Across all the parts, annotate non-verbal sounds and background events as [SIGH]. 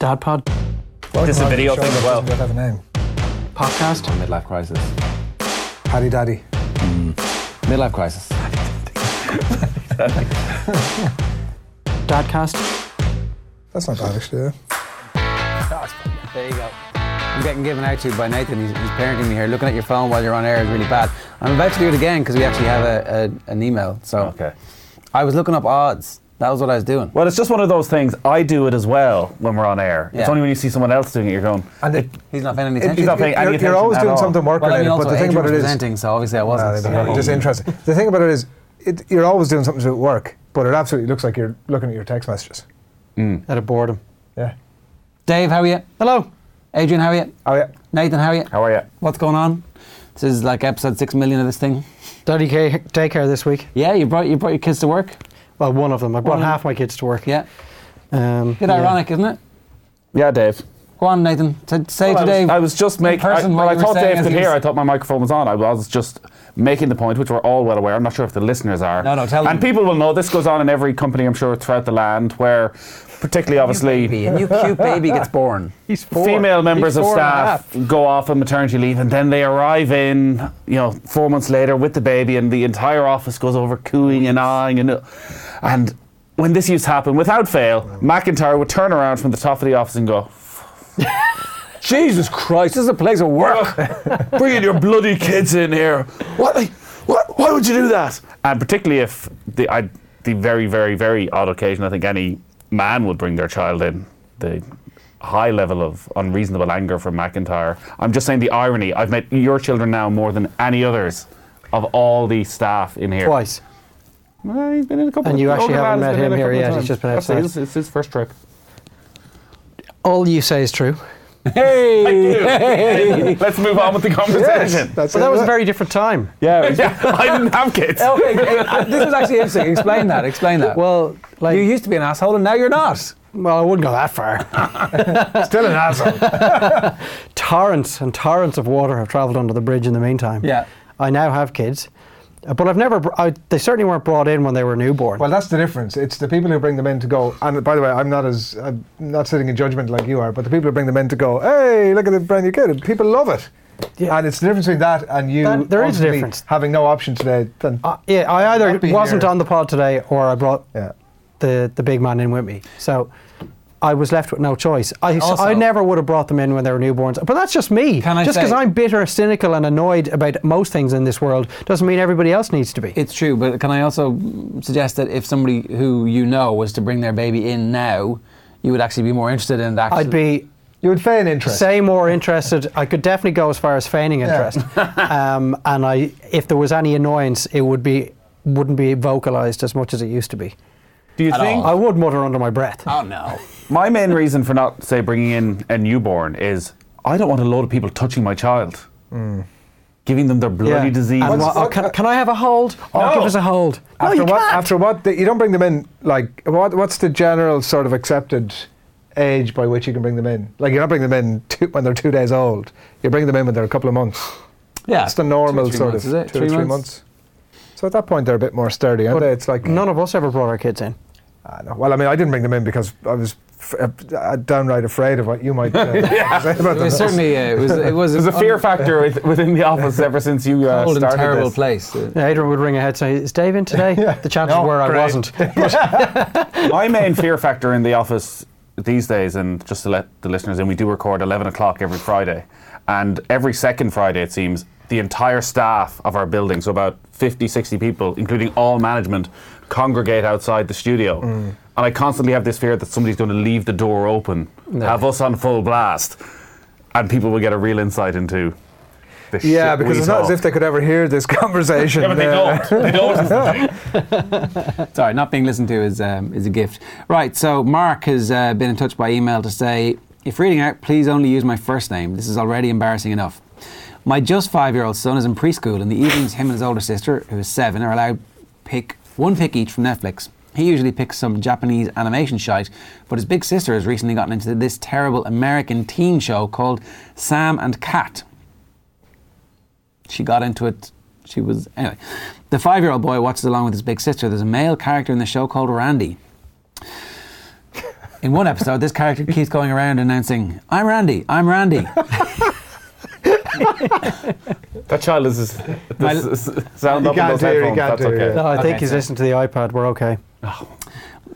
Dad Pod This is a video thing as well. Doesn't have a name. podcast. Midlife crisis. Paddy Daddy. Midlife crisis. Dadcast. That's not bad actually. Yeah. [LAUGHS] There you go. I'm getting given out to by Nathan. He's, he's parenting me here. Looking at your phone while you're on air is really bad. I'm about to do it again because we actually have a, a, an email. So Okay. I was looking up odds. That was what I was doing. Well, it's just one of those things. I do it as well when we're on air. It's Yeah. only when you see someone else doing it, you're going. And it, He's not paying any it, attention. not paying it- any you're, you're attention always at doing all. something work well, I mean, related, also but the thing Adrian about it was is, presenting, so obviously I No, wasn't. they don't. Just interesting. The thing about it is, it, you're always doing something to do with work, but it absolutely looks like you're looking at your text messages. Out of boredom. Yeah. Dave, how are you? Hello. Adrian, how are you? Oh yeah. Nathan, how are you? How are you? What's going on? This is like episode six million of this thing. Daddy K- daycare this week. Yeah, you brought you brought your kids to work. Well, one of them. I brought One of half my kids to work. Yeah, Um, bit yeah. ironic, isn't it? Yeah, Dave. Go on, Nathan. T- say Well, I was- today. I was just in making. I, person well, what I you were thought saying Dave as could he hear. was- I thought my microphone was on. I was just making the point, which we're all well aware. I'm not sure if the listeners are. No, no, tell And them. people will know this goes on in every company, I'm sure, throughout the land, where, particularly, obviously, Baby, a new cute baby gets born. [LAUGHS] He's four. female members He's of four and a staff half. go off on maternity leave, and then they arrive in, you know, four months later with the baby, and the entire office goes over cooing and awing, and and when this used to happen, without fail, McIntyre would turn around from the top of the office and go. [LAUGHS] Jesus Christ, this is a place of work. bringing your bloody kids in here. What? Like, what? Why would you do that? And particularly if the I, the very very very odd occasion I think any man would bring their child in the high level of unreasonable anger from McIntyre. I'm just saying the irony. I've met your children now more than any others of all the staff in here. Twice. Well, he's been in a couple. And of- you the actually older haven't lad has met been in a him here couple of yet, he's times. just been That's outside. his- It's his first [LAUGHS] trip. All you say is true. Hey, let's move on with the conversation. [LAUGHS] That's But it, that was a yeah. very different time. [LAUGHS] yeah, I didn't have kids. okay, Uh, this was actually interesting. Explain that. Explain that. Well, like, you used to be an asshole, and now you're not. well, I wouldn't go that [LAUGHS] far. Still an [LAUGHS] asshole. torrents and torrents of water have travelled under the bridge in the meantime. Yeah. I now have kids, uh, but I've never. br- I, they certainly weren't brought in when they were newborn. well, that's the difference. It's the people who bring them in to go. And by the way, I'm not as I'm not sitting in judgment like you are, but the people who bring them in to go, hey, look at the brand new kid. People love it. Yeah. And it's the difference between that and you That- there is a ultimately difference. having no option today. Then Uh, yeah, I either I'd be wasn't here. on the pod today or I brought yeah. the the big man in with me. So. I was left with no choice. I, so Also- I never would have brought them in when they were newborns. But that's just me. Can I just because say- I'm bitter, cynical, and annoyed about most things in this world doesn't mean everybody else needs to be. It's true, but can I also suggest that if somebody who you know was to bring their baby in now, you would actually be more interested in that. I'd be You would feign interest. say more interested. I could definitely go as far as feigning interest. um, and I, if there was any annoyance, it would be wouldn't be vocalized as much as it used to be. Do you think? I would mutter under my breath. Oh no. My main reason for not, say, bringing in a newborn is I don't want a load of people touching my child, Hmm. giving them their bloody disease. And What's- what- oh, can, can I have a hold? Oh, No. give us a hold. No, after you what? can't. After what? The, you don't bring them in. Like, what? What's the general sort of accepted age by which you can bring them in? Like, you're not bringing them in two, when they're two days old. You bring them in when they're a couple of months. Yeah. That's the normal Two or three sort months, of is it? two or three months. So at that point, they're a bit more sturdy, aren't But they? It's like None of us ever brought our kids in. Ah, no. Well, I mean, I didn't bring them in because I was f- uh, downright afraid of what you [LAUGHS] might uh, [LAUGHS] say about It them. was certainly uh, it was it was There's a an fear un- factor with, within the office ever since you uh, cold and started terrible this. place. Uh, Yeah, Adrian would ring ahead saying, "Is Dave in today?" The chances No, were I great. wasn't. My main fear factor in the office these days, and just to let the listeners in, we do record 11 o'clock every Friday. And every second Friday, it seems, the entire staff of our building, so about 50, 60 people, including all management, congregate outside the studio. Mm. And I constantly have this fear that somebody's going to leave the door open, have us on full blast, and people will get a real insight into the yeah, shit because we it's not as talk. if they could ever hear this [LAUGHS] conversation. Yeah, but they uh, don't. They don't. is the thing. [LAUGHS] Sorry, not being listened to is um, is a gift. Right. So Mark has uh, been in touch by email to say, if reading out, please only use my first name. This is already embarrassing enough. My just five-year-old son is in preschool. In the evenings, him and his older sister, who is seven, are allowed pick one pick each from Netflix. He usually picks some Japanese animation shite, but his big sister has recently gotten into this terrible American teen show called Sam and Cat. She got into it. She was anyway. The five-year-old boy watches along with his big sister. There's a male character in the show called Randy. In one episode, this character keeps going around announcing, I'm Randy, I'm Randy. [LAUGHS] That child is, is, My- is, is sound up in can't those do it, you can't headphones. That's do it, okay. yeah. No, I think Okay, he's so- listening to the iPad. We're okay.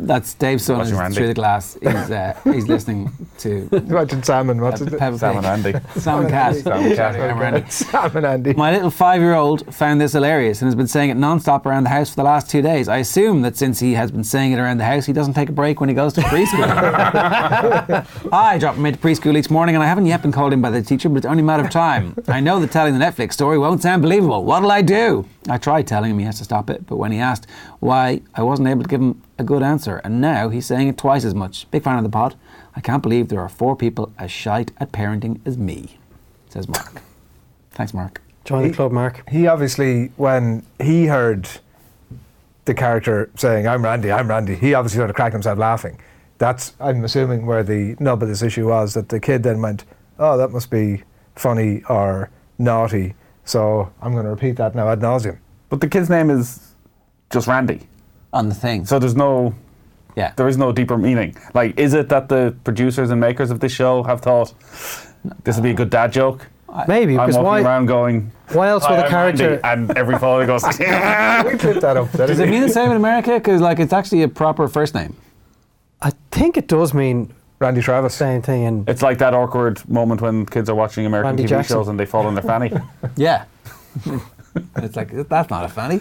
That's Dave's son Watching is Randy. through the glass. He's, uh, he's listening to [LAUGHS] Imagine Sam and what's Peppa it? Pig. [LAUGHS] Sam and Andy. [LAUGHS] Sam and [LAUGHS] Cat. Sam and Cat. I'm Randy. Sam and Andy. My little five-year-old found this hilarious and has been saying it non-stop around the house for the last two days. I assume that since he has been saying it around the house, he doesn't take a break when he goes to preschool. I dropped him into preschool each morning, and I haven't yet been called in by the teacher, but it's only a matter of time. I know that telling the Netflix story won't sound believable. What'll I do? I tried telling him he has to stop it, but when he asked why, I wasn't able to give him a good answer, and now he's saying it twice as much. Big fan of the pod. I can't believe there are four people as shite at parenting as me, says Mark. Thanks, Mark. Join the club, Mark. he obviously, when he heard the character saying, I'm Randy, I'm Randy, he obviously sort of cracked himself laughing. That's, I'm assuming, where the nub of this issue was that the kid then went, Oh, that must be funny or naughty. So I'm going to repeat that now ad [LAUGHS] nauseum. But the kid's name is just Randy. on the thing. So there's no yeah, there is no deeper meaning. Like, is it that the producers and makers of this show have thought this would be a good dad joke? Maybe I'm because walking why? around going. Why else "Hi, would a I'm character? Randy," and every follower goes. [LAUGHS] We clip that up. That does is it mean the same in America? Because like it's actually a proper first name. I think it does mean Randy Travis. same thing in it's like that awkward moment when kids are watching American Randy TV Jackson. shows and they fall on [LAUGHS] their fanny. Yeah, it's like that's not a fanny.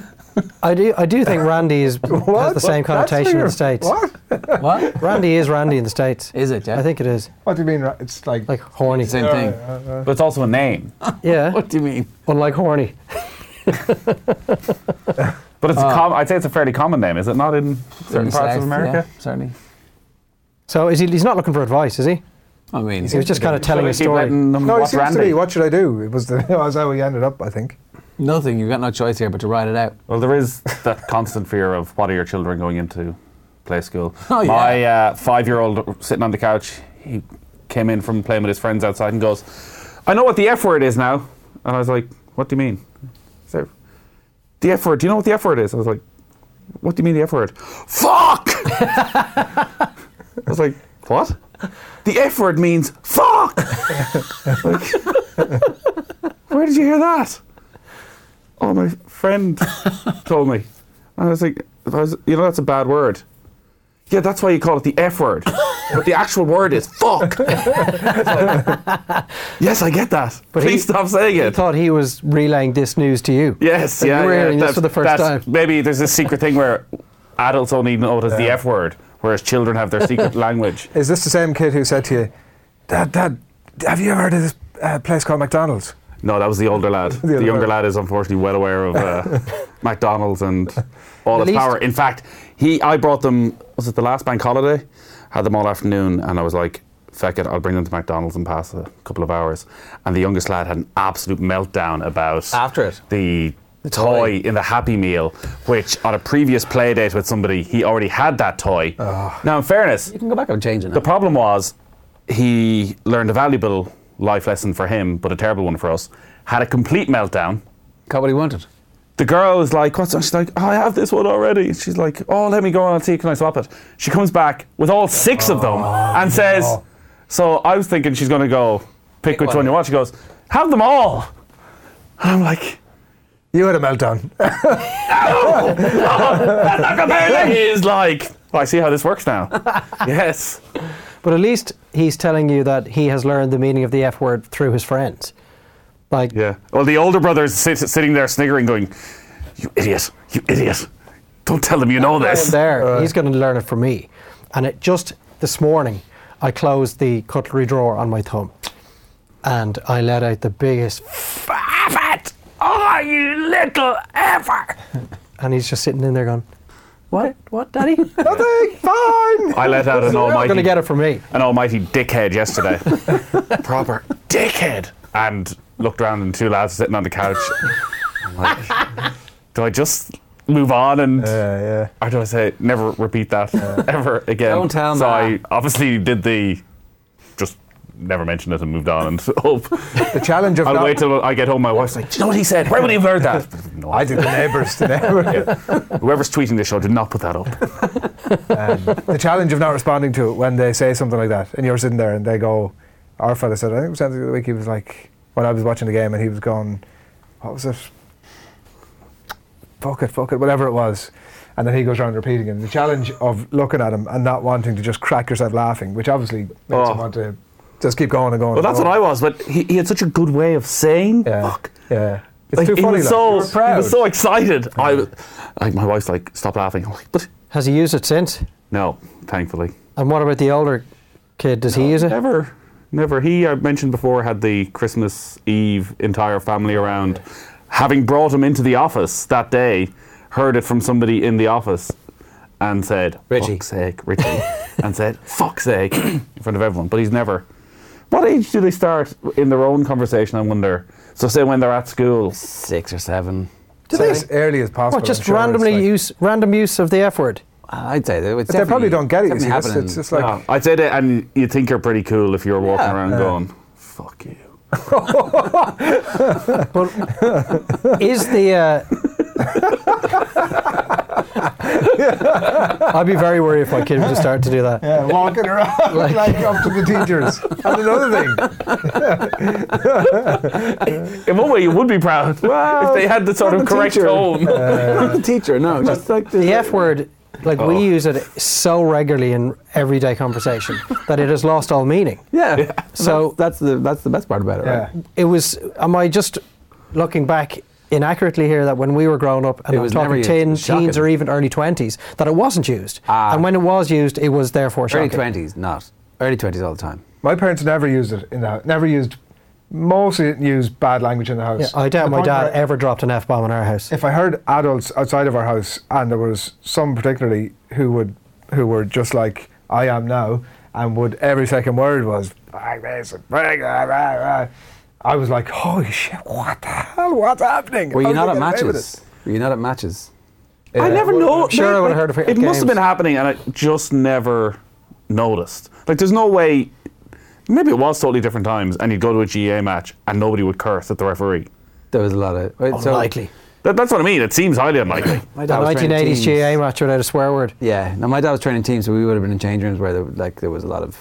I do. I do think Randy is has the same What? That's connotation in weird. the states. What? What Randy is Randy in the states. is it? [LAUGHS] Yeah, I think it is What do you mean? Ra- It's like, like horny. same thing. but it's also a name. Yeah, What do you mean? unlike horny. But Uh, it's a com- I'd say it's a fairly common name, is it not in certain In parts South, of America? yeah, certainly. So is he? He's not looking for advice, is he? I mean, He was just kind of So telling they a keep story. letting them no, it watch seems Randy. to me, what should I do? It was the, [LAUGHS] that was how we ended up, I think. nothing. You've got no choice here but to write it out. Well, there is that constant fear of what are your children going into play school. [LAUGHS] Oh, yeah. My uh, five-year-old sitting on the couch, he came in from playing with his friends outside and goes, "I know what the F word is now," and I was like, "What do you mean?" He's like, "The F word. Do you know what the F word is?" I was like, "What do you mean the F word?" Fuck. [LAUGHS] I was like, "What?" The F word means [LAUGHS] fuck. like, where did you hear that? Oh, my friend told me. And I was like, I was, you know, that's a bad word. Yeah, that's why you call it the F word. but the actual word is [LAUGHS] fuck. It's like, yes, I get that. But Please he- stop saying He it. thought he was relaying this news to you. Yes, That yeah. you were yeah, hearing this that's- for the first that's- time. Maybe there's this secret thing where adults only know it as the F word, whereas children have [LAUGHS] their secret language. Is this the same kid who said to you, Dad, Dad, have you ever heard of this uh, place called McDonald's? No, that was the older lad. [LAUGHS] the other younger one. lad is unfortunately well aware of [LAUGHS] uh, McDonald's and At all its least- power. In fact, he I brought them. Was it the last bank holiday? Had them all afternoon, and I was like, "Feck it, I'll bring them to McDonald's and pass a couple of hours." And the youngest lad had an absolute meltdown about After it. the. Toy in the Happy Meal, which on a previous play date with somebody, he already had that toy. Now, in fairness, You can go back and change it. the problem was he learned a valuable life lesson for him, but a terrible one for us. Had a complete meltdown. Got what he wanted. The girl is like, "What's?" that?" She's like, "I have this one already." She's like, "Oh, let me go and I'll see. Can I swap it?" She comes back with all six of them and says, "So I was thinking she's going to go pick, which one. one you want." She goes, "Have them all," and I'm like. You had a meltdown. [LAUGHS] That's not [LAUGHS] compelling. He is like, "Oh, I see how this works now. [LAUGHS] yes. But at least he's telling you that he has learned the meaning of the F word through his friends. Like, Yeah. Well, the older brother's sit, sitting there sniggering, going, "You idiot! You idiot! Don't tell them you know this." [LAUGHS] there. He's going to learn it from me. And it just this morning, I closed the cutlery drawer on my thumb, and I let out the biggest. Fat! Oh, you little ever! And he's just sitting in there going, "What? What, Daddy? You're Nothing. [LAUGHS] Fine. I let out an not almighty, going to get it from me." an almighty dickhead yesterday. [LAUGHS] Proper dickhead. And looked around and two lads sitting on the [LAUGHS] couch. I'm like, do I just move on and? Yeah, yeah. Or do I say [LAUGHS] never repeat that ever again? Don't tell So Ma. I obviously did the just never mentioned it and moved on. And [LAUGHS] hope The challenge of I'll not- wait till I get home. My wife's like, "Do you know what he said? Where would he have heard that?" [LAUGHS] no, I did the neighbours to neighbours. Whoever's tweeting this show did not put that up. the challenge of not responding to it when they say something like that, and you're sitting there and they go, our fella said, I think it was something the other week, he was like, when I was watching the game and he was going, what was it? Fuck it, fuck it, whatever it was. And then he goes around repeating it. The challenge of looking at him and not wanting to just crack yourself laughing, which obviously makes Oh. him want to just keep going and going. Well, that's what I was, but he, he had such a good way of saying Yeah. fuck. Yeah. It's Like, too he funny. was like, so you were proud. he was so excited. I was, like my wife's like, stop laughing. I'm like, but Has he used it since? no, thankfully, And what about the older kid? Does he use it? never, never. He I mentioned before had the Christmas Eve entire family around, having brought him into the office that day, heard it from somebody in the office, and said, Richie. "Fuck's sake, Richie," [LAUGHS] and said, "Fuck's sake," in front of everyone. But he's never. What age do they start in their own conversation? I wonder. So say when they're at school. [LAUGHS] Six or seven. Say they- as early as possible. What, just I'm sure it's randomly like- use random use of the F word? I'd say that it's But they probably definitely- don't get it. You see, definitely that's- happening. it's just like No, I'd say that, and you think you're pretty cool if you're walking Yeah. around going, "Fuck you." Well, is the. Uh, uh, [LAUGHS] I'd be very worried if my kid was to start to do that. Yeah, walking around [LAUGHS] like, up to the teachers. And another thing, In one way, you would be proud Well, if they had the sort not of the correct teacher. [LAUGHS] tone. Not the teacher, no, just like The F word, like Oh. we use it so regularly in everyday conversation that it has lost all meaning. yeah. [LAUGHS] So- that's, that's the that's the best part about it, right? Yeah. It was, am I just looking back inaccurately here that when we were growing up, and It I'm was never talking used. teen, It's shocking. teens or even early 20s, that it wasn't used. Ah. And when it was used, it was therefore shocking. Early twenties, not early twenties all the time. my parents never used it in the house. Never used, mostly didn't use bad language in the house. Yeah, I doubt The my point dad where ever dropped an F bomb in our house. If I heard adults outside of our house, and there was some particularly who would, who were just like I am now, and would every second word was, "Fuck this, fuck that, rah, rah," I was like, holy shit, what the hell, what's happening? Were you How's not I at getting away with matches? Were you not at matches? I never know. I'm sure I would've like, heard of it at It must have games. been happening, and I just never noticed. Like, there's no way. Maybe it was totally different times, and you'd go to a GA match, and nobody would curse at the referee. There was a lot of right, so- Unlikely. That, that's what I mean. It seems highly [LAUGHS] unlikely. My The dad was training 1980s teams. GA match without a swear word. Yeah, no, my dad was training teams, so we would have been in change rooms where there, like there was a lot of,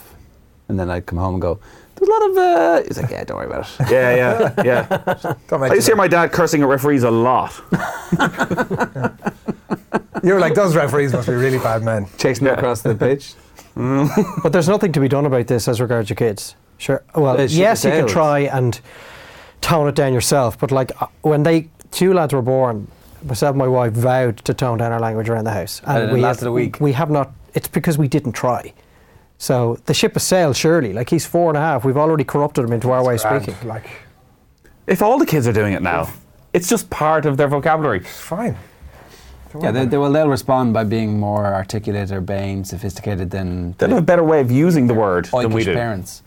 and then I'd come home and go, there's a lot of. Uh, he's like, yeah, don't worry about it. yeah, yeah, yeah. Don't make I used it to hear my dad cursing at referees a lot. up. you were like, those referees must be really bad men. [LAUGHS] Chasing it across the pitch. But there's nothing to be done about this as regards your kids. Sure. Well, They shoot yes, you can themselves. try and tone it down yourself. But like uh, when they two lads were born, myself and my wife vowed to tone down our language around the house, And it lasted a week. We have not. It's because we didn't try. So the ship has sailed. Surely, like he's four and a half, we've already corrupted him into our way of Grand, speaking. Like, If all the kids are doing it now, it's just part of their vocabulary. fine. [LAUGHS] Yeah, they, they, well, they'll respond by being more articulate, urbane, sophisticated than They'll have a better way of using the word than we Oikish do. parents.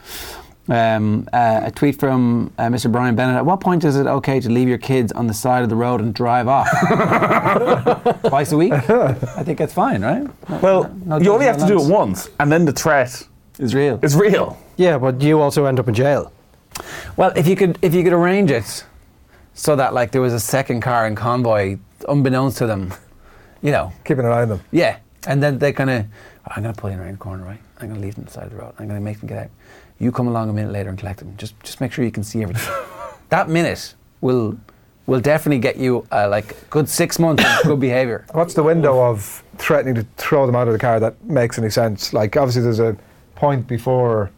Um, uh, a tweet from uh, Mr. Brian Bennett. At what point is it okay to leave your kids on the side of the road and drive off? [LAUGHS] Twice a week? I think that's fine, right? Well, No you only judgment have to do it allowed. once, and then the threat It's real. is real. Yeah, but you also end up in jail. Well, if you could, if you could arrange it so that like there was a second car in convoy, unbeknownst to them, you know, Keeping an eye on them. yeah, and then they kind of, I'm going to pull in around the corner, right? I'm going to leave them on the side of the road. I'm going to make them get out. You come along a minute later and collect them. Just, just make sure you can see [LAUGHS] everything. that minute will, will definitely get you uh, like a good six months of good behavior. What's the window of threatening to throw them out of the car that makes any sense? Like, obviously, there's a point before,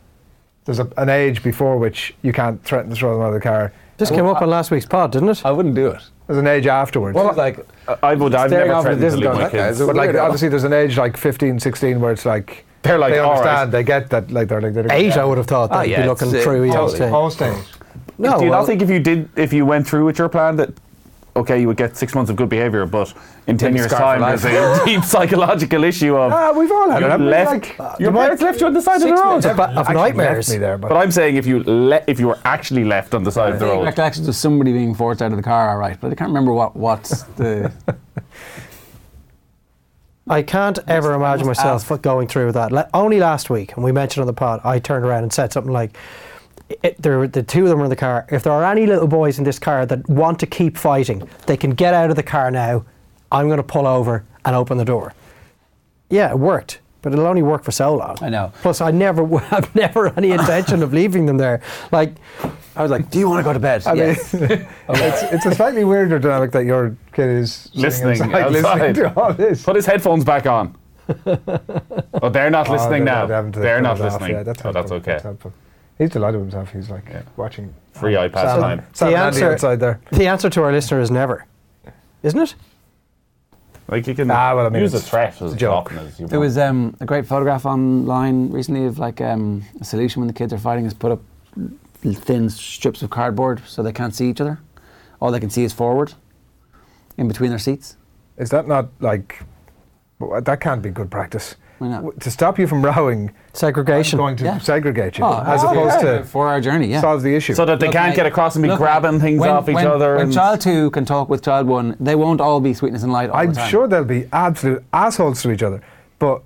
there's a, an age before which you can't threaten to throw them out of the car. This Oh, came up on last week's pod, didn't it? I wouldn't do it. There's an age afterwards. Well, like Uh, I would. I've Staring never off at a threatened to distance leave my going, "That kids. guy's a but, like, weirdo." obviously, there's an age like 15, 16 where it's like, They're like, they "All right." understand, they get that, like, they're like, they're Eight, I would have thought. Oh, They'd yeah, be looking it's, uh, through. yeah, totally. I'd say. Post age. No, Oh, do you well- not think if you did, if you went through with your plan, that okay, you would get six months of good behaviour, but in ten Maybe years' scarred for time, life. there's a [LAUGHS] deep psychological issue of Ah, we've all had you it. haven't we? left, Like, uh, your the one- parents left you on the side of the road. minutes of ba- of Actually nightmares. left me there, but, But I'm saying if you le- if you were actually left on the side of the road, direct actions of somebody being forced out of the car, all right, but I can't remember what what's the. I can't ever imagine myself going through that. Le- only last week, and we mentioned on the pod, I turned around and said something like, it, there, were- the two of them were in the car. If there are any little boys in this car that want to keep fighting, they can get out of the car now. I'm going to pull over and open the door. Yeah, it worked, but it'll only work for so long. I know. Plus, I never w- [LAUGHS] have never any intention of leaving them there. Like, I was like, [LAUGHS] do you want to go to bed? I mean, [LAUGHS] Yes. it's, it's a slightly weirder dynamic that your kid is sitting Listening outside, listening outside. to all this. Put his headphones back [LAUGHS] on. oh, they're not listening they're now. not having to They're turn not it off. listening. Yeah, that's, oh, that's helpful. okay. helpful. He's delighted with himself. He's like Yeah. watching Free iPad Sam, time. Sam The and Andy answer- outside there. the answer to our listener is never, isn't it? Like you can Ah, well, I mean, use a it's threat as joke. often as you There want. was um, a great photograph online recently of like um, a solution when the kids are fighting is put up thin strips of cardboard so they can't see each other. All they can see is forward in between their seats. Is that not like w- that? Can't be good practice. Why not? W- To stop you from rowing, Segregation. going to Yeah. segregate you Oh, as absolutely. opposed A four-hour journey, to yeah. solve the issue. so that they Look, can't mate, get across and be look, grabbing things when- off each when- other. When and child two can talk with child one, they won't all be sweetness and light. All I'm the time. sure they'll be absolute assholes to each other, but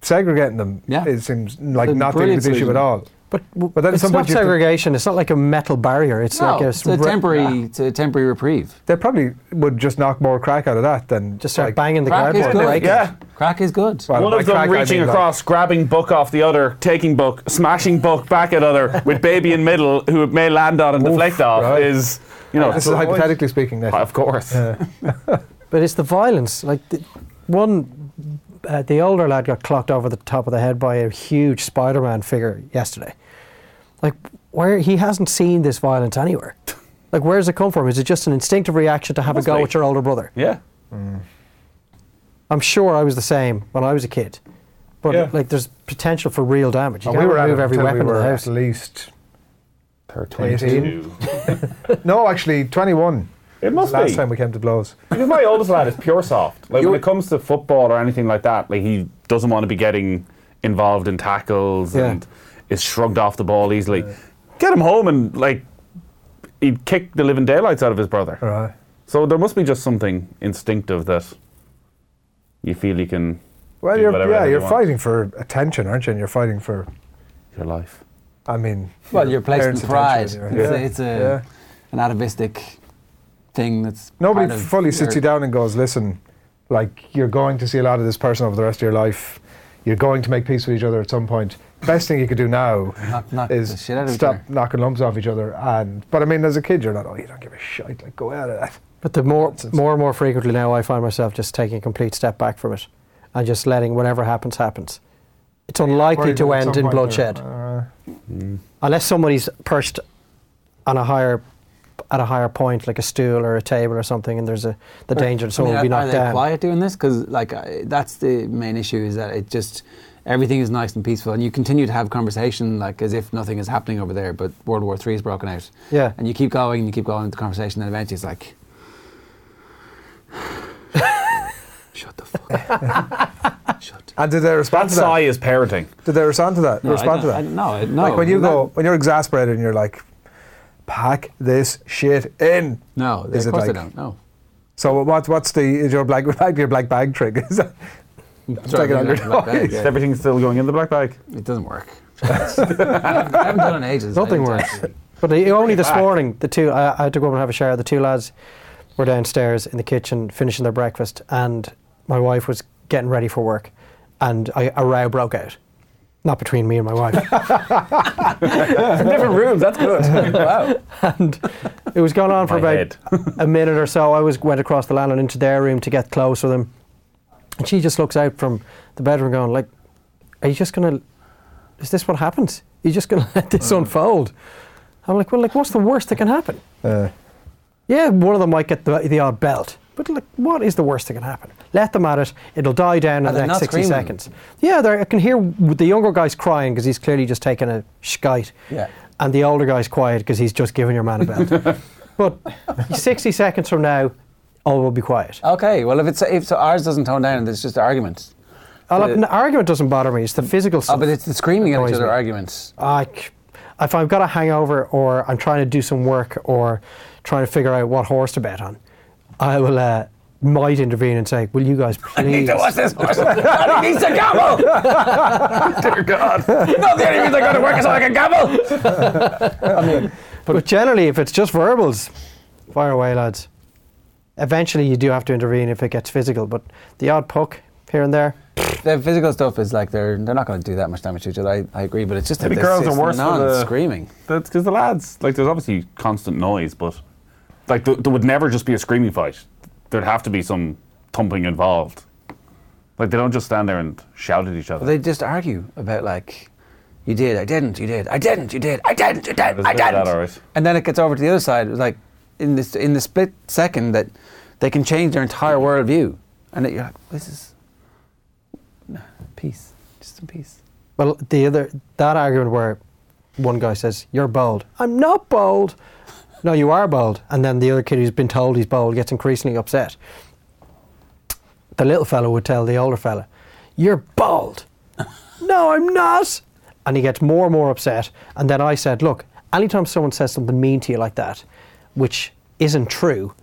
segregating them Yeah. it seems like It's a not dealing brilliant with the issue at solution. all. But, But then at it's some not point you have to- segregation. It's not like a metal barrier. It's No, like a, it's a re- temporary, it's a temporary reprieve. They probably would just knock more crack out of that than Just start like, banging the Crack is cardboard. good. break it. Yeah. Crack is good. Well, One by of them crack, I reaching mean, like, across, grabbing book off the other, taking book, smashing book back at other, [LAUGHS] with baby in middle, who it may land on and deflect off, right. is, you know, This is uh, hypothetically speaking. Now. of course. But it's the violence. Like the, one, uh, the older lad got clocked over the top of the head by a huge Spider-Man figure yesterday. Like where he hasn't seen this violence anywhere. [LAUGHS] Like where does it come from? Is it just an instinctive reaction to have a Must go be. at your older brother? Yeah. I'm sure I was the same when I was a kid. But Yeah. like there's potential for real damage. You And can't at remove it every till weapon Oh, we in were the at house. least Per 22. no, actually, 21. It must Last be. time we came to blows. Because my oldest lad is pure soft. Like when it comes to football or anything like that, like he doesn't want to be getting involved in tackles Yeah. and is shrugged off the ball easily. Get him home and like he'd kick the living daylights out of his brother. Right. So there must be just something instinctive that you feel you can Well, do you're, whatever yeah, you you're want. fighting for attention, aren't you? And you're fighting for, your life. I mean, Well, your you're placing parents' pride. It's, attention, right? a, it's a, Yeah. an atavistic thing that's Nobody part of fully sits your- you down and goes, listen, like, you're going to see a lot of this person over the rest of your life. You're going to make peace with each other at some point. Best thing you could do now Knock- knock the is shit out of each stop other. knocking lumps off each other. And But I mean, as a kid, you're not, oh, you don't give a shit. Like, go out of that. But the more, more and more frequently now, I find myself just taking a complete step back from it, and just letting whatever happens happens. It's unlikely Worried to that at end in some point they're- bloodshed uh, unless somebody's perched on a higher, at a higher point, like a stool or a table or something, and there's a the danger that I someone "Oh, will mean, be are, are knocked they down. quiet doing this? Because like I, that's the main issue is that it just everything is nice and peaceful, and you continue to have conversation like as if nothing is happening over there. But World War Three is broken out. Yeah. and you keep going and you keep going with the conversation, and eventually it's like. [SIGHS] Shut the fuck up. [LAUGHS] Shut. And did they respond That to that? sigh is parenting. Did they respond to that? No, I respond to don't- that? I- no, I- no. Like when you Not- go, when you're exasperated and you're like, pack this shit in. No, Is it of course they like- don't. No. So what? What's the is your black [LAUGHS] bag? Your black bag trick? [LAUGHS] Is that Sorry, taking I on mean, your like that, noise. yeah. Is everything still going in the black bag? It doesn't [LAUGHS] work. [LAUGHS] I haven't I haven't done it in ages. I Nothing haven't works. actually- But the, only this back. morning, the two I, I had to go up and have a shower. The two lads were downstairs in the kitchen finishing their breakfast, and my wife was getting ready for work, and I, a row broke out. Not between me and my wife. Different rooms, that's [LAUGHS] good. Wow. and it was going on for My about head. a minute or so. I was went across the landing into their room to get close with them, and she just looks out from the bedroom, going like, "Are you just gonna? Is this what happens? You're just gonna [LAUGHS] let this unfold?" I'm like, "Well, like, what's the worst that can happen? Uh, Yeah, one of them might get the, the odd belt, but like, what is the worst that can happen? Let them at it. It'll die down Are in they the not next 60 screaming? seconds. Yeah, they're- I can hear w- the younger guy's crying because he's clearly just taking a shite. Yeah. And the older guy's quiet because he's just giving your man a belt. but 60 seconds from now, all will be quiet. Okay. Well, if it's if so ours doesn't tone down, it's just arguments. I'll- the- an argument doesn't bother me. It's the physical Oh, stuff. but it's the screaming at each Annoys other me. arguments. I c- if I've got a hangover or I'm trying to do some work or trying to figure out what horse to bet on, I will uh, might intervene and say, "Will you [LAUGHS] guys please?" this [LAUGHS] person. Not needs to gamble. Dear [LAUGHS] God. Not the only reason I go to work is so I can gamble. but, generally, if it's just verbals, fire away, lads. Eventually, you do have to intervene if it gets physical, but the odd puck here and there. The physical stuff is like they're they're not going to do that much damage to each other. I, I agree, but it's just that Maybe this- girls it's are worse for the- non-screaming. That's because the lads, like, there's obviously constant noise, but like, th- there would never just be a screaming fight. There'd have to be some thumping involved. Like, they don't just stand there and shout at each other. They just argue about like, you did, I didn't, you did, I didn't, you did, I didn't, you did, There's a I bit of didn't. that, all right. And then it gets over to the other side. It was like in this in the split second that they can change their entire worldview, and that you're like, this is peace, just in peace. Well, the other that argument where one guy says, "You're bold," I'm not bold. No, you are bold. And then the other kid who's been told he's bold gets increasingly upset. The little fella would tell the older fella, "You're bold." [LAUGHS] no, I'm not. And he gets more and more upset. And then I said, "Look, anytime someone says something mean to you like that, which isn't true,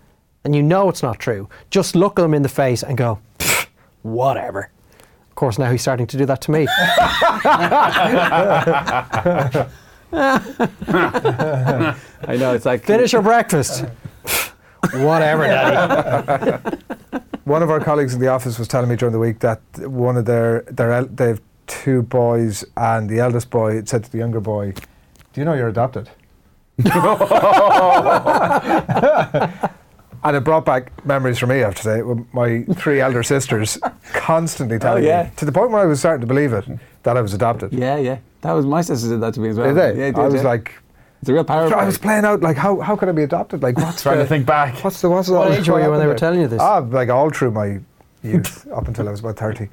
and you know it's not true, just look them in the face and go, "Pfft, whatever." Of course, now he's starting to do that to me. [LAUGHS] I know it's like Finish your [LAUGHS] breakfast. Whatever, Daddy. One of our colleagues in the office was telling me during the week that one of their their el- they have two boys, and the eldest boy had said to the younger boy, "Do you know you're adopted?" and it brought back memories for me. I have to say, with my three elder sisters constantly telling yeah. me to the point where I was starting to believe it that I was adopted. yeah, yeah. That was my sister did that to me as well. Did they? Yeah, I did, was yeah. like, it's a real power. I play. was playing out like how how could I be adopted? Like what's Trying the, to think back. What's the what's What the age were you when they were happened there? telling you this? Ah, like all through [LAUGHS] my youth up until I was about thirty.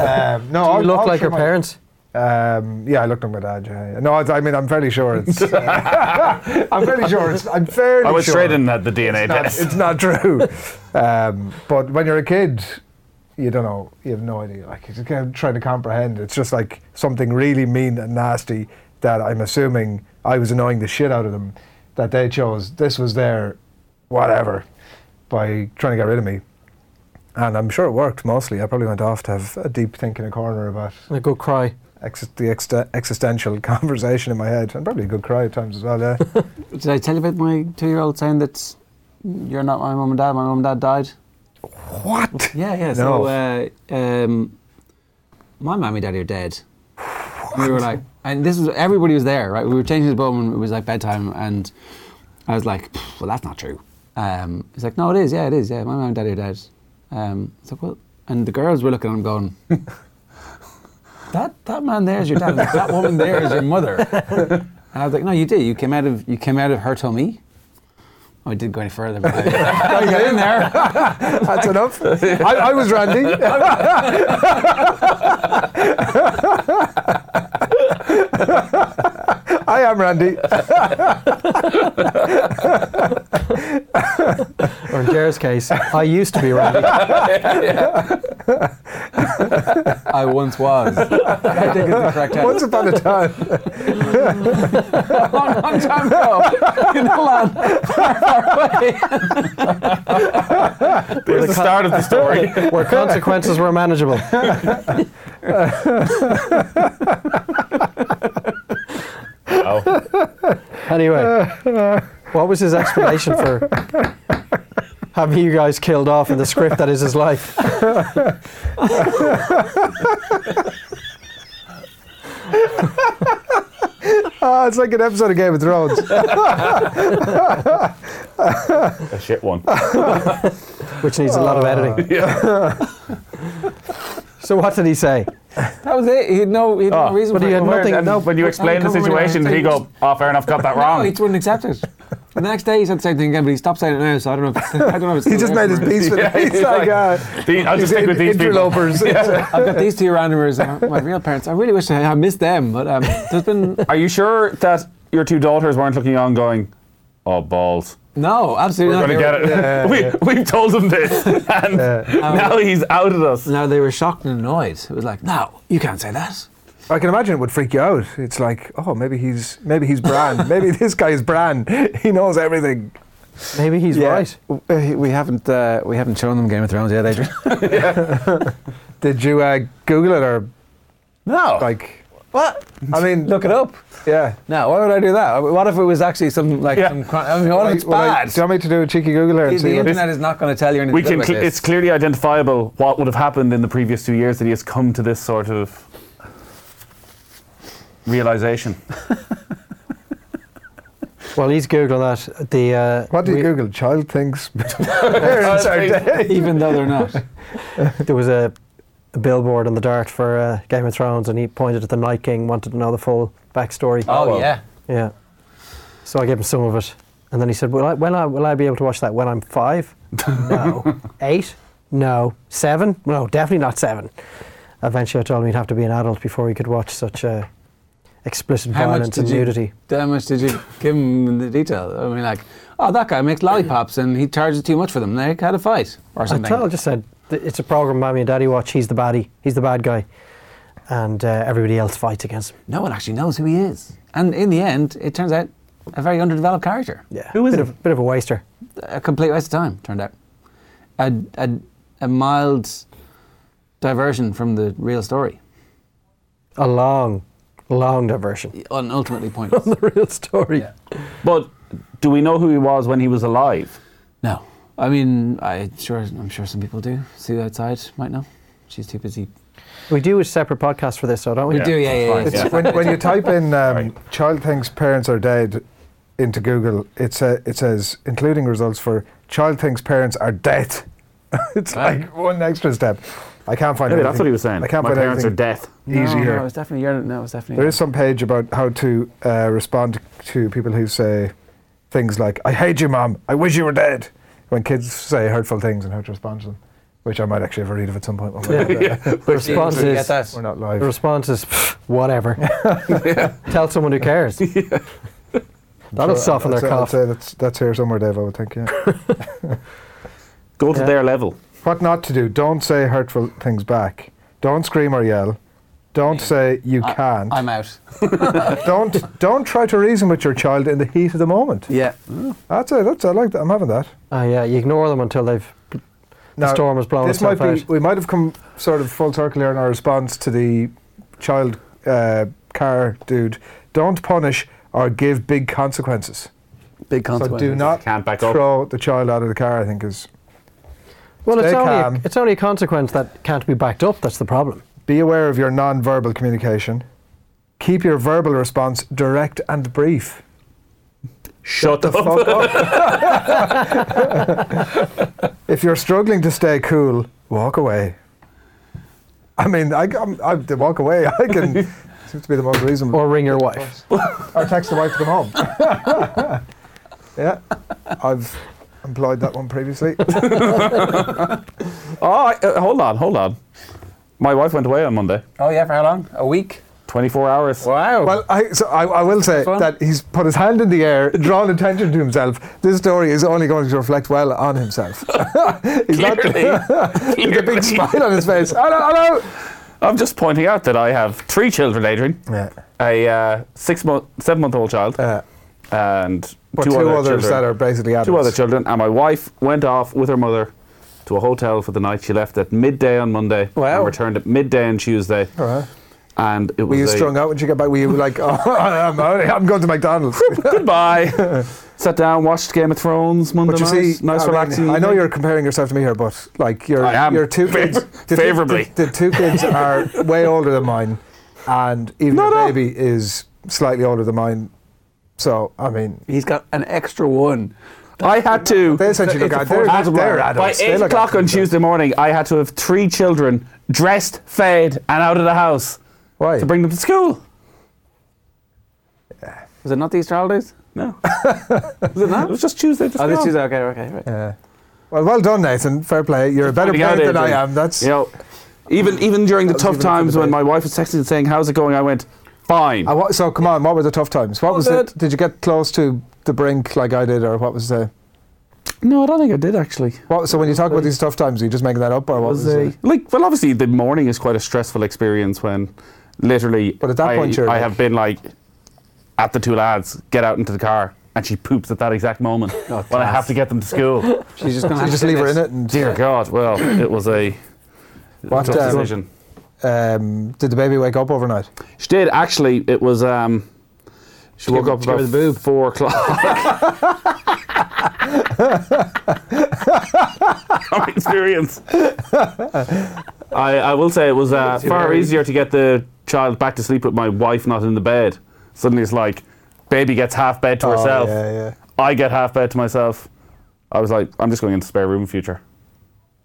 Um, no, all, You look all like through your my- parents. Um, yeah, I looked like my dad. Yeah, yeah. No, I, I mean I'm fairly sure [LAUGHS] it's. [LAUGHS] uh, I'm fairly sure it's. I'm fairly. I went sure straight in at the DNA It's not, [LAUGHS] test. it's not true. Um, but when you're a kid, you don't know. You have no idea. Like you're kind of trying to comprehend. It's just like something really mean and nasty that I'm assuming I was annoying the shit out of them. That they chose this was their whatever by trying to get rid of me. And I'm sure it worked mostly. I probably went off to have a deep think in a corner about And a good cry. ex- the exte- existential [LAUGHS] conversation in my head, and probably a good cry at times as well. Yeah. Did I tell you about my two-year-old saying that you're not my mum and dad? My mum and dad died. what? Yeah, yeah. No. So uh, um, my mum and daddy are dead. We were like, and this was everybody was there, right? We were changing the bulb and it was like bedtime, and I was like, "Pff, well, that's not true. Um, he's like, no, it is. Yeah, it is. Yeah, my mum and daddy are dead. Um, I was like, well, and the girls were looking at him going. [LAUGHS] That, that man there is your dad. and That woman there is your mother. And I was like, no, you did. You came out of you came out of her tummy. Oh, I didn't go any further. But I, [LAUGHS] I got in there. That's enough. [LAUGHS] I, I was Randy. I am Randy. Or in Jared's case, I used to be Randy. [LAUGHS] I once [LAUGHS] was. I think it's the correct term. Once upon a time. [LAUGHS] a long, long time ago. [LAUGHS] In a land [LAUGHS] far, far away. There's the start of the [LAUGHS] story. [LAUGHS] Where consequences were manageable. Wow. Anyway, what was his explanation for having you guys killed off in the script that is his life? [LAUGHS] Ah, it's like an episode of Game of Thrones. A shit one. Which needs a lot of editing. [LAUGHS] [LAUGHS] Yeah. So, what did he say? That was it. He had no, he had no Oh, reason but for he it. had Where- nothing- And No, when you explain the I'm coming situation, around. did he go, oh, fair enough, got that [LAUGHS] No, he wrong? just wouldn't accept it. And the next day he said the same thing again, but he stopped saying it now, so I don't know if it's, I don't know if it's He still just there made his [LAUGHS] somewhere. peace with Yeah, it. He's he's like, like, uh, The- I'll just stick with these people. interlopers. I've got these two randomers and my real parents. I really wish I, I missed them, but um, there's been Are you sure that your two daughters weren't looking on going, oh, balls? no, absolutely We're not. going to They get were- it. [LAUGHS] we, we've told him [LAUGHS] this, and Um, now he's out at us. No, they were shocked and annoyed. It was like, no, you can't say that. [LAUGHS] I can imagine it would freak you out. It's like, oh, maybe he's maybe he's Bran. maybe this guy is Bran. He knows everything. Maybe he's Yeah. right. W- We haven't uh, we haven't shown them Game of Thrones yet, Adrian. Did you uh, Google it or [LAUGHS] no. like? What? I mean, Look it up. yeah. No, why would I do that? What if it was actually some like Yeah. some crime? I mean, what if it's Will I- bad? do you want me to do a cheeky Google here The, and the see? what- internet is not going to tell you anything. We good can. about Cl- this. it's clearly identifiable what would have happened in the previous two years that he has come to this sort of realization. Well, he's googling that. The uh, What do you we- Google? Child thinks [LAUGHS] parents are [LAUGHS] dead. even though they're not. Oh, There was a, a billboard in the dart for uh, Game of Thrones, and he pointed at the Night King, wanted to know the full backstory. Oh, yeah. Yeah. So I gave him some of it, and then he said, "Will I? When I? Will I be able to watch that when I'm five? [LAUGHS] no. Eight? No. Seven? No, definitely not seven. Eventually, I told him he'd have to be an adult before he could watch such uh, explicit How much violence and did you- nudity. How much did you give him the detail? I mean, like, oh, that guy makes lollipops and he charges too much for them. They had a fight or I something. told, I just said "Th- it's a program mommy and daddy watch. He's the baddie. He's the bad guy, and uh, everybody else fights against him. No one actually knows who he is. And in the end, it turns out a very underdeveloped character. Yeah. Who is bit it? of, bit of a waster. A complete waste of time, turned out. A, a, a mild diversion from the real story. A long, long diversion. [LAUGHS] And [LAUGHS] ultimately pointless. The real story. But do we know who he was when he was alive? no. I mean, I sure, I'm sure some people do. Sue outside might know. She's too busy. We do a separate podcast for this, though, don't we? We do, yeah, yeah, yeah. that's It's fine, when, when you type in um, Right. "child thinks parents are dead" into Google, it, sa- it says including results for "child thinks parents are dead." [LAUGHS] it's Wow. like one extra step. I can't find. Maybe anything. that's what he was saying. I can't My find parents are anything death. easy no, here. No, it's definitely your. No, it's definitely. There is some page about how to uh, respond to people who say things like "I hate you, mom. I wish you were dead." When kids say hurtful things and how to respond to them, which I might actually have a read of at some point. When we're, Yeah. The response Did you is, get that? we're not live. the response is, "Pff, [LAUGHS] whatever. Tell someone who cares. That'll So soften I'd their say- I'd cough. say that's, that's here somewhere, Dave. I would think. Yeah. Go to Yeah. their level. What not to do. Don't say hurtful things back. Don't scream or yell. Don't say you I- can't. [LAUGHS] I'm out. don't don't try to reason with your child in the heat of the moment. Yeah. That's it. That's I like that. I'm having that. Ah, yeah, you ignore them until they've Now, the storm has blown this might itself be. out. We might have come sort of full circle here in our response to the child uh, car dude. Don't punish or give big consequences. Big So consequences. do not Can't back up. throw the child out of the car. I think is Well, it's Stay only, a, calm. it's only a consequence that can't be backed up. That's the problem. Be aware of your non-verbal communication. Keep your verbal response direct and brief. Shut the Fuck off. if you're struggling to stay cool, walk away. I mean, I, I'm, I the walk away. [LAUGHS] I can seems to be the most reasonable. Or ring your wife. Or text the wife to come home. [LAUGHS] yeah, I've employed that one previously. Oh, I, uh, hold on, hold on. My wife went away on Monday. Oh yeah, for how long? A week. 24 hours. [LAUGHS] Wow. Well, I, so I, I will say Fun. that he's put his hand in the air, drawn attention to himself. This story is only going to reflect well on himself. [LAUGHS] he's not [LAUGHS] Clearly. with a [LAUGHS] Clearly. big smile on his face. Hello, hello. I'm just pointing out that I have three children, Adrian. Yeah. A uh, six month, seven month old child, Uh, and two, but two, other others children. that are basically adults. two other children, and my wife went off with her mother to a hotel for the night. She left at midday on Monday Wow. and returned at midday on Tuesday. All right. And it Were was you a- strung out when you get back? Were you like, [LAUGHS] oh, I'm, I'm going to McDonald's? [LAUGHS] [LAUGHS] Goodbye. Sat down, watched Game of Thrones Monday But you night. see, nice I mean, relaxing. I know evening. you're comparing yourself to me here, but like your I am. your [LAUGHS] two Fav- kids, the two- favourably. the, the two kids [LAUGHS] are way older than mine, and even No, your no. baby is slightly older than mine. So I mean, He's got an extra one. I had to. they essentially look It's a out. They're, At- they're, by adults. They 8 look o'clock after on themselves. Tuesday morning, I had to have three children dressed, fed, and out of the house Why? to bring them to school. Was it not the Easter holidays? No. Was it not? It was just Tuesday. Just [LAUGHS] Oh, this gone. Tuesday. Okay, okay, right. Yeah. Well, well done, Nathan. Fair play. You're a better Pointing out, parent than I Adrian. am. That's You know, even, even during the was tough even for times the when day. my wife was texting and saying, How's it going? I went, Fine. I wa- so come on, what were the tough times? What was it? Did you get close to the brink like I did, or what was the? no, I don't think I did actually. What, so when you talk about these tough times, are you just making that up, or what was, the? Like, well, obviously, the morning is quite a stressful experience when literally. But at that I, point, you're I like- have been like, at the two lads, get out into the car. and she poops at that exact moment Oh, when I have to get them to school. She's just [LAUGHS] going to So just leave her in it. And Dear God, well, it was a What, tough um, decision. um, did the baby wake up overnight? She did actually. It was. Um, she woke her- up she gave about her the boob. four o'clock. [LAUGHS] From experience, I, I will say it was uh, far easier to get the child back to sleep with my wife not in the bed. Suddenly it's like, baby gets half bed to herself. Oh, yeah, yeah. I get half bed to myself. I was like, I'm just going into spare room. Future,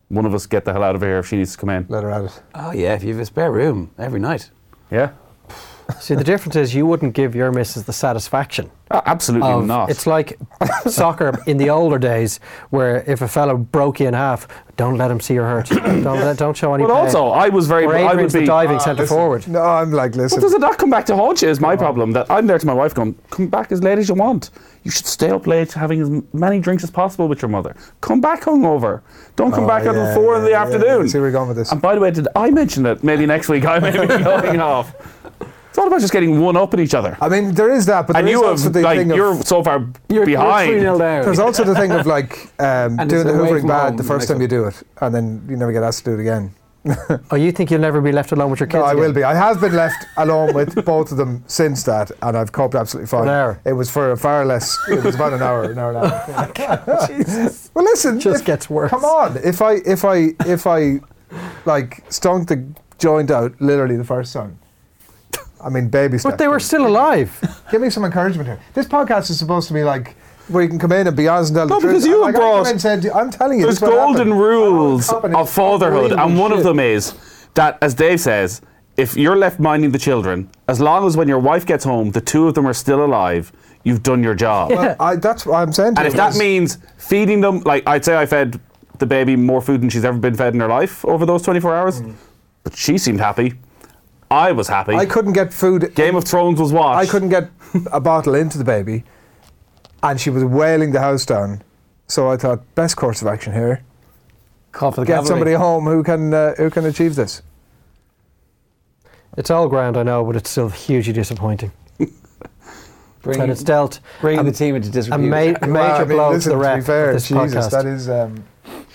one of us get the hell out of here if she needs to come in. Let her at it. Oh, yeah, if you have a spare room every night. Yeah, See, the difference is you wouldn't give your missus the satisfaction. Uh, absolutely of- not. It's like soccer in the older days, where if a fellow broke you in half, don't let him see you're [COUGHS] hurt. Don't let, don't show any. But pain. also, I was very. or I would Adrian's be. the diving centre Ah, Listen, forward. No, I'm like, listen. But does it not come back to haunt you? Is my problem that I'm there to my wife going, come back as late as you want. You should stay up late, having as many drinks as possible with your mother. Come back hungover. Don't come Oh, back until yeah, four in yeah, the yeah. afternoon. See where we're going with this. And by the way, did I mention that maybe next week I [LAUGHS] may be going off? It's all about just getting one up at each other. I mean, there is that, but and Uh, there is you also have the like thing of- you're so far You're, behind. You're 3 0 There's down. also the thing of like um, And doing it's the away hoovering from bad home, the first makes time it- you do it, and then you never get asked to do it again. Oh, you think you'll never be left alone with your kids? No, I again? will be. I have been [LAUGHS] left alone with both of them since that, and I've coped absolutely fine. An hour. It was for a far less. It was about an hour, an hour and a [LAUGHS] half. [LAUGHS] Well, listen, Just if- gets worse. Come on, if I, if I, if I, like stunk the joint out literally the first time. I mean, baby steps. But they were still alive. Give me some encouragement here. This podcast is supposed to be like where you can come in and be honest and tell No, the truth. because you I'm like, I brought- came in and said, I'm telling you. There's this is what golden happened. rules Oh, company. of fatherhood, and Unbelievable one of shit. them is that, as Dave says, if you're left minding the children, as long as when your wife gets home, the two of them are still alive, you've done your job. Well, I, that's what I'm saying. To And you if that is- means feeding them, like I'd say I fed the baby more food than she's ever been fed in her life over those 24 hours, but she seemed happy. I was happy. Mm. I couldn't get food. Game of Thrones was watched. I couldn't get a bottle into the baby, and she was wailing the house down. So I thought, best course of action here: Call for the get cavalry. somebody home who can uh, who can achieve this. It's all ground, I know, but it's still hugely disappointing. Bring, and it's dealt bring a, the team into a disrepute. ma- major Well, I mean, blow listen, to the rep be fair, of this Jesus, podcast. that is. Um,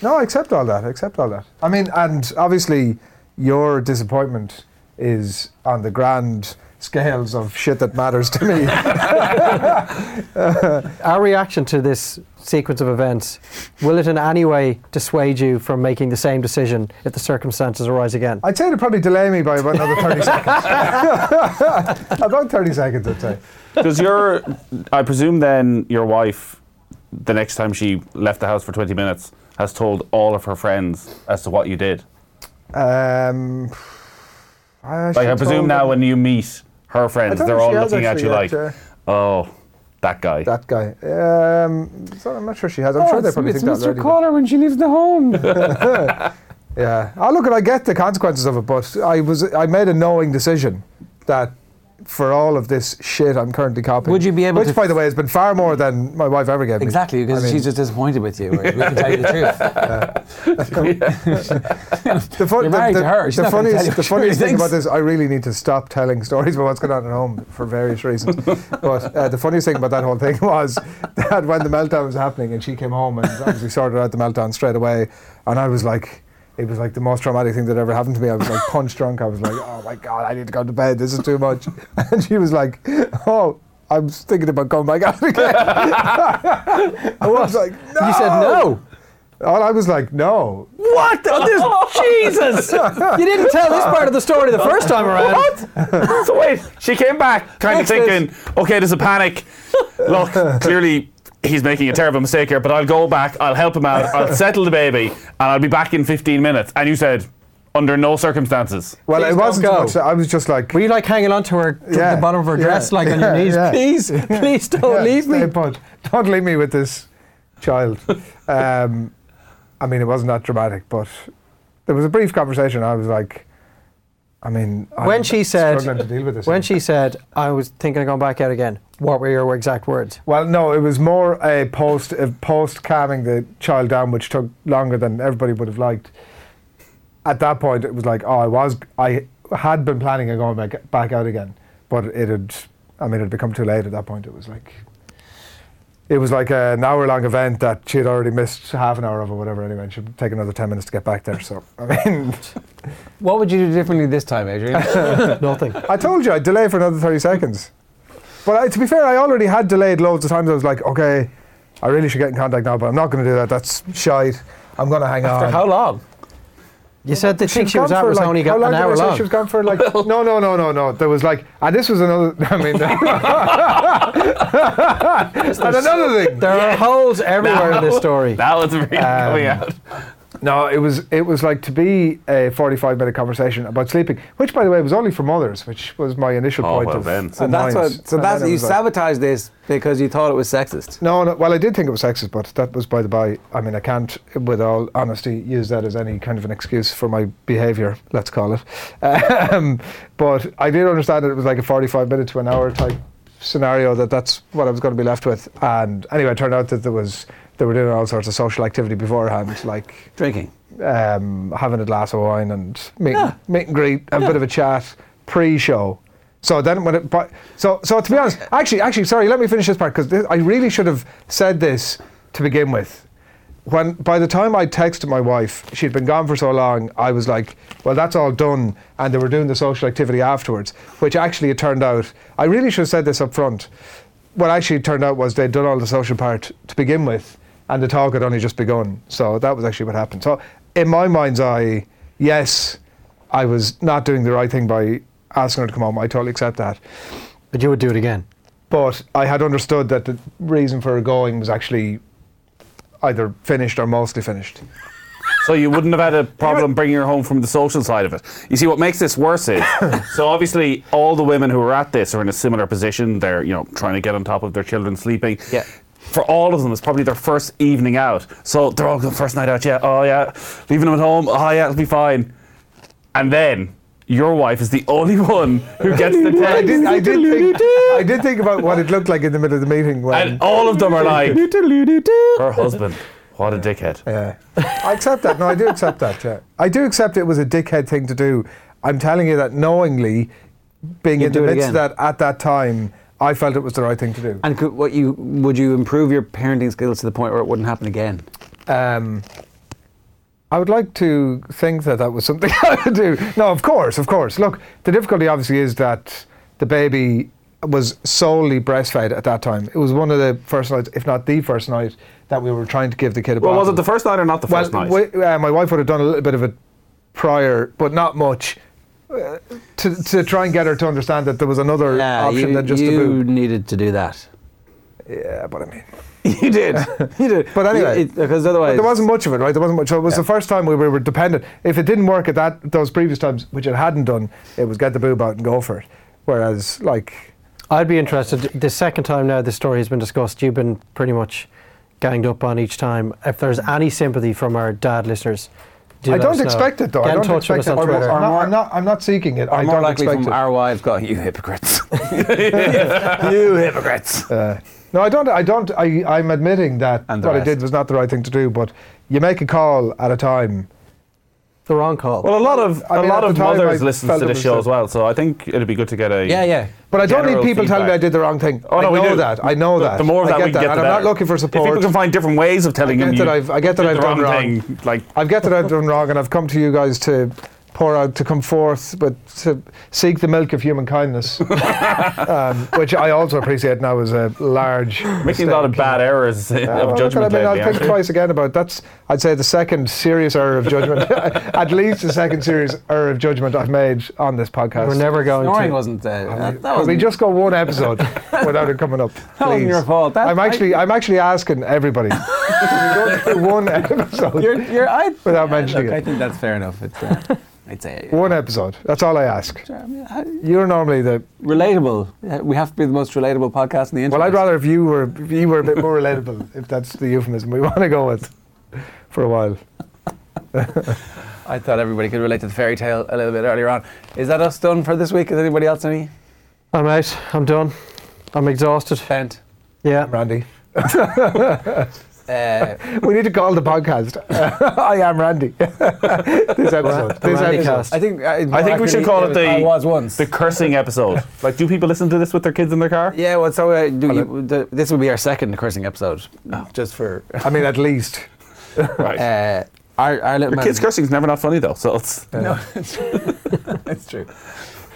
no, I accept all that. I accept all that. I mean, and obviously, your disappointment is on the grand scales of shit that matters to me. [LAUGHS] Our reaction to this sequence of events, will it in any way dissuade you from making the same decision if the circumstances arise again? I'd say it'd probably delay me by about another 30 seconds. about 30 seconds, [LAUGHS] I'd say. Does your, I presume then your wife, the next time she left the house for 20 minutes, has told all of her friends as to what you did? Um, I Like, I should presume told now them- when you meet her I friends, don't know they're if all she has looking at actually you like, yet, uh, oh, that guy. that guy. Um, so I'm not sure she has. I'm sure they probably it's think Mr. that already, but- Caller when she leaves the home. Yeah. Oh, look, and I get the consequences of it, but I was I made a knowing decision that for all of this shit I'm currently copying. Would you be able which, to- by the way, has been far more than my wife ever gave me. [LAUGHS] Exactly, because I mean, she's just disappointed with you. whereas We can tell you the [LAUGHS] truth. the fun, you're the- married the- to her, she's the not gonna funniest, tell you the what [LAUGHS] she funniest thing thinks. about this, I really need to stop telling stories about what's going on at home for various [LAUGHS] reasons. but uh, the funniest thing about that whole thing [LAUGHS] was that when the meltdown was happening and she came home and obviously sorted out the meltdown straight away, and I was like. It was like the most traumatic thing that ever happened to me. I was like punch drunk. I was like, oh my God, I need to go to bed. This is too much. [LAUGHS] And she was like, oh, I'm thinking about going back out [LAUGHS] again. I was like, no. You said no. And I was like, no. What? [LAUGHS] Oh, this- Jesus! Ah. You didn't tell this part of the story the first time around. [LAUGHS] so wait, she came back kind of Next is- thinking, okay, there's a panic. [LAUGHS] Look, clearly he's making a terrible mistake here, but I'll go back, I'll help him out, I'll settle the baby, and I'll be back in 15 minutes. And you said, under no circumstances. Well, Please it don't wasn't so go. much. that- I was just like, Were you like hanging on to her, to Yeah, the bottom of her yeah, dress, like on your yeah, knees? yeah. Please, please don't [LAUGHS] yeah, leave me. stay put. Don't leave me with this [LAUGHS] child. um, I mean, it wasn't that dramatic, but there was a brief conversation. I was like, I mean, When I'm she said- struggling to deal with this. When she said, I was thinking of going back out again, what were your exact words? well, no, it was more a post a post calming the child down, which took longer than everybody would have liked. At that point, it was like, oh, I was, I had been planning on going back, back out again, but it had, I mean, it had become too late at that point. It was like. it was like an hour long event that she had already missed half an hour of or whatever anyway, and she'd take another 10 minutes to get back there. So, I mean, What would you do differently this time, Adrian? Nothing. I told you I'd delay for another 30 seconds. But I, to be fair, I already had delayed loads of times. I was like, okay, I really should get in contact now, but I'm not going to do that. That's shite. I'm going to hang on. How long? You said the thing She was she was gone at for was like, only how got long an did I hour say long. She was gone for like no, no, no, no, no. There was like, and this was another. [LAUGHS] I mean, and another thing. There are holes everywhere in this story. Um, That was really coming out. No, it was it was like to be a 45 minute conversation about sleeping, which by the way was only for mothers, which was my initial Oh, point well of then. So that's annoyance. what. So And that's then it you was like- sabotaged this because you thought it was sexist. No, no, well, I did think it was sexist, but that was by the by. I mean, I can't, with all honesty, use that as any kind of an excuse for my behaviour, let's call it. [LAUGHS] Um, but I did understand that it was like a 45 minute to an hour type scenario that that's what I was going to be left with. And anyway, it turned out that there was, they were doing all sorts of social activity beforehand, like Drinking. um, having a glass of wine and meet, meet and greet, have a bit of a chat pre-show. So then, when it, but, so so to be honest, actually, actually, sorry, let me finish this part because I really should have said this to begin with. When by the time I texted my wife, she'd been gone for so long. I was like, "Well, that's all done," and they were doing the social activity afterwards, which actually it turned out. I really should have said this up front. What actually turned out was they'd done all the social part to begin with, and the talk had only just begun. So that was actually what happened. So in my mind's eye, yes, I was not doing the right thing by asking her to come home. I totally accept that. But you would do it again. But I had understood that the reason for her going was actually either finished or mostly finished. So you wouldn't have [LAUGHS] had a problem bringing her home from the social side of it. You see, what makes this [COUGHS] worse is so obviously all the women who are at this are in a similar position. They're you know trying to get on top of their children sleeping. Yeah. For all of them, it's probably their first evening out. So they're all going first night out. Yeah. Oh yeah. Leaving them at home. Oh yeah. It'll be fine. And then your wife is the only one who gets [LAUGHS] the I text. did, I did, think, I did think about what it looked like in the middle of the meeting when. And all of them [LAUGHS] are like, her husband. What a dickhead. Yeah. uh, I accept that. No, I do accept that. Yeah. I do accept it was a dickhead thing to do. I'm telling you that knowingly, being in the do it midst of again. that at that time, I felt it was the right thing to do. And could, what you would you improve your parenting skills to the point where it wouldn't happen again? Um, I would like to think that that was something [LAUGHS] I would do. No, of course, of course. Look, the difficulty obviously is that the baby was solely breastfed at that time. It was one of the first nights, if not the first night, that we were trying to give the kid a Well, was bottle. it the first night or not the Well, first night? wi- uh, my wife would have done a little bit of it prior, but not much, uh, to, to try and get her to understand that there was another option you, than just you the boob. needed to do that. Yeah, but I mean, [LAUGHS] You did. you did. But anyway. It- because otherwise, but there wasn't much of it, right? There wasn't much. So it was Yeah. the first time we were, were dependent. If it didn't work at that those previous times, which it hadn't done, it was get the boob out and go for it. Whereas, like, I'd be interested. The second time now this story has been discussed, you've been pretty much ganged up on each time. If there's any sympathy from our dad listeners, do I let us don't know. expect it though. uh, Get I in don't touch with expect us on it. Twitter. I'm, more- not, I'm not. I'm not seeking it. I Or more don't likely expect from it. our wives, got you hypocrites. [LAUGHS] you hypocrites. Uh, no, I don't. I don't. I, I'm admitting that And what the I rest. did was not the right thing to do. But you make a call at a time. The wrong call. Well, a lot of I a mean, lot at of the time, mothers I listen felt to it this was show the- as well, so I think it'd be good to get a Yeah, yeah. But I don't need general people telling me I feedback. did the wrong thing. Oh no, I we know do. that. I know the, that. The more of I that get we can get, and the I'm not better. looking for If support. people can find different ways of telling I them get you that I've- I get that did I've the done wrong wrong. thing, like I've got that I've done wrong, and I've come to you guys to pour out, to come forth, but to seek the milk of human [LAUGHS] kindness, um, which I also appreciate now is a large making a lot of mistake. bad errors Yeah, well, of look, judgment. I mean, lately, I'll think actually. twice again about that's. I'd say the second serious error of judgment, [LAUGHS] at least the second serious error of judgment I've made on this podcast. We're never going Snoring to. wasn't uh, that, that Can we wasn't- just go one episode without it coming up? That wasn't please? your fault. That- I'm I- actually, I, am actually asking [LAUGHS] everybody. Can we go through [LAUGHS] one episode? You're, you're, I, Without yeah, mentioning look, it. I think that's fair enough. It's, uh, I'd say one episode. That's all I ask. I mean, how- You're normally the. relatable. Uh, We have to be the most relatable podcast in the internet. Well, I'd rather if you were, if you were a bit more relatable. If that's the euphemism we want to go with, for a while. I thought everybody could relate to the fairy tale a little bit earlier on. Is that us done for this week? Is anybody else any I'm out. I'm done. I'm exhausted. [LAUGHS] spent? Yeah. Randy. Uh, We need to call the podcast. [LAUGHS] I am Randy. [LAUGHS] this episode. This Randy episode. cast. I think I, I think we should call it the I was once. the cursing [LAUGHS] episode. Like, do people listen to this with their kids in their car? yeah, well, so uh, do you, the, this will be our second cursing episode, just for I mean, at least. [LAUGHS] Right. uh, our, our little Your man. kids cursing is never not funny though, so it's [LAUGHS] No, that's true.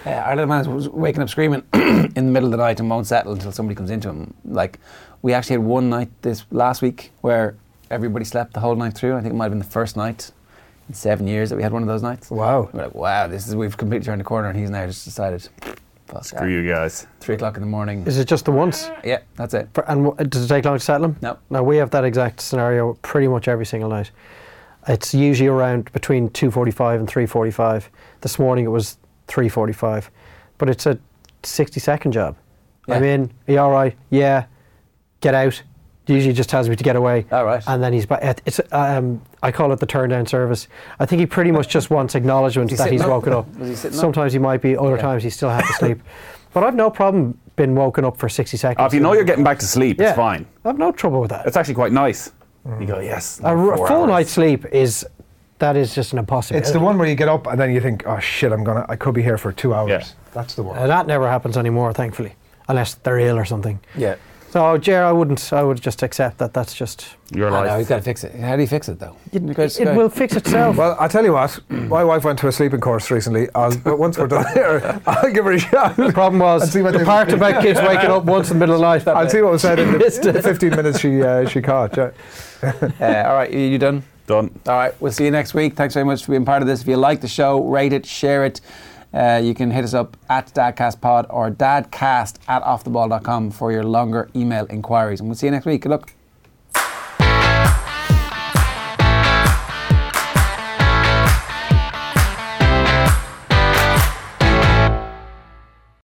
Uh, our little man was waking up screaming [CLEARS THROAT] in the middle of the night and won't settle until somebody comes into him. Like, we actually had one night this last week where everybody slept the whole night through. I think it might have been the first night in seven years that we had one of those nights. [LAUGHS] Wow. We're like, wow, this is we've completely turned the corner, and he's now just decided. Fuck for that. you guys. Three o'clock in the morning. Is it just the once? Yeah, that's it. For- And w- does it take long to settle them? No. Now we have that exact scenario pretty much every single night. It's usually around between 2:45 and 3:45. This morning it was 3:45, but it's a 60-second job. Yeah. I'm in. Are you all right? Yeah. Get out. Usually just tells me to get away. All right. And then he's back. It- It's um, I call it the turn down service. I think he pretty much just wants acknowledgement Was he that he's sitting up? woken up. Was he sitting up? Sometimes he might be. Other times he still has [LAUGHS] to sleep. But I've no problem being woken up for 60 seconds. Oh, if you know you're getting back to sleep, Yeah. it's fine. I've no trouble with that. It's actually quite nice. You go, yes. A r- four full hours. night's sleep is that is just an impossibility. It's the one where you get up and then you think, oh shit, I'm gonna, I could be here for two hours. Yeah. That's the one. Uh, that never happens anymore, thankfully, unless they're ill or something. Yeah. So, Jer, I wouldn't. I would just accept that. That's just Your I know, life. he's got to fix it. How do you fix it, though? it, Because, it uh, will fix itself. Well, I'll tell you what, my wife went to a sleeping course recently. I'll, but once we're done here, I'll give her a shout. the problem was see what the they- part [LAUGHS] about kids waking up once in the middle of the night. I'll see what was said in the, Missed it. the 15 minutes she, uh, she caught. Yeah. Uh, all right, you, you done? Done. All right, we'll see you next week. Thanks very much for being part of this. If you like the show, rate it, share it. Uh, you can hit us up at dadcastpod or dadcast at offtheball.com for your longer email inquiries. And we'll see you next week. Good luck.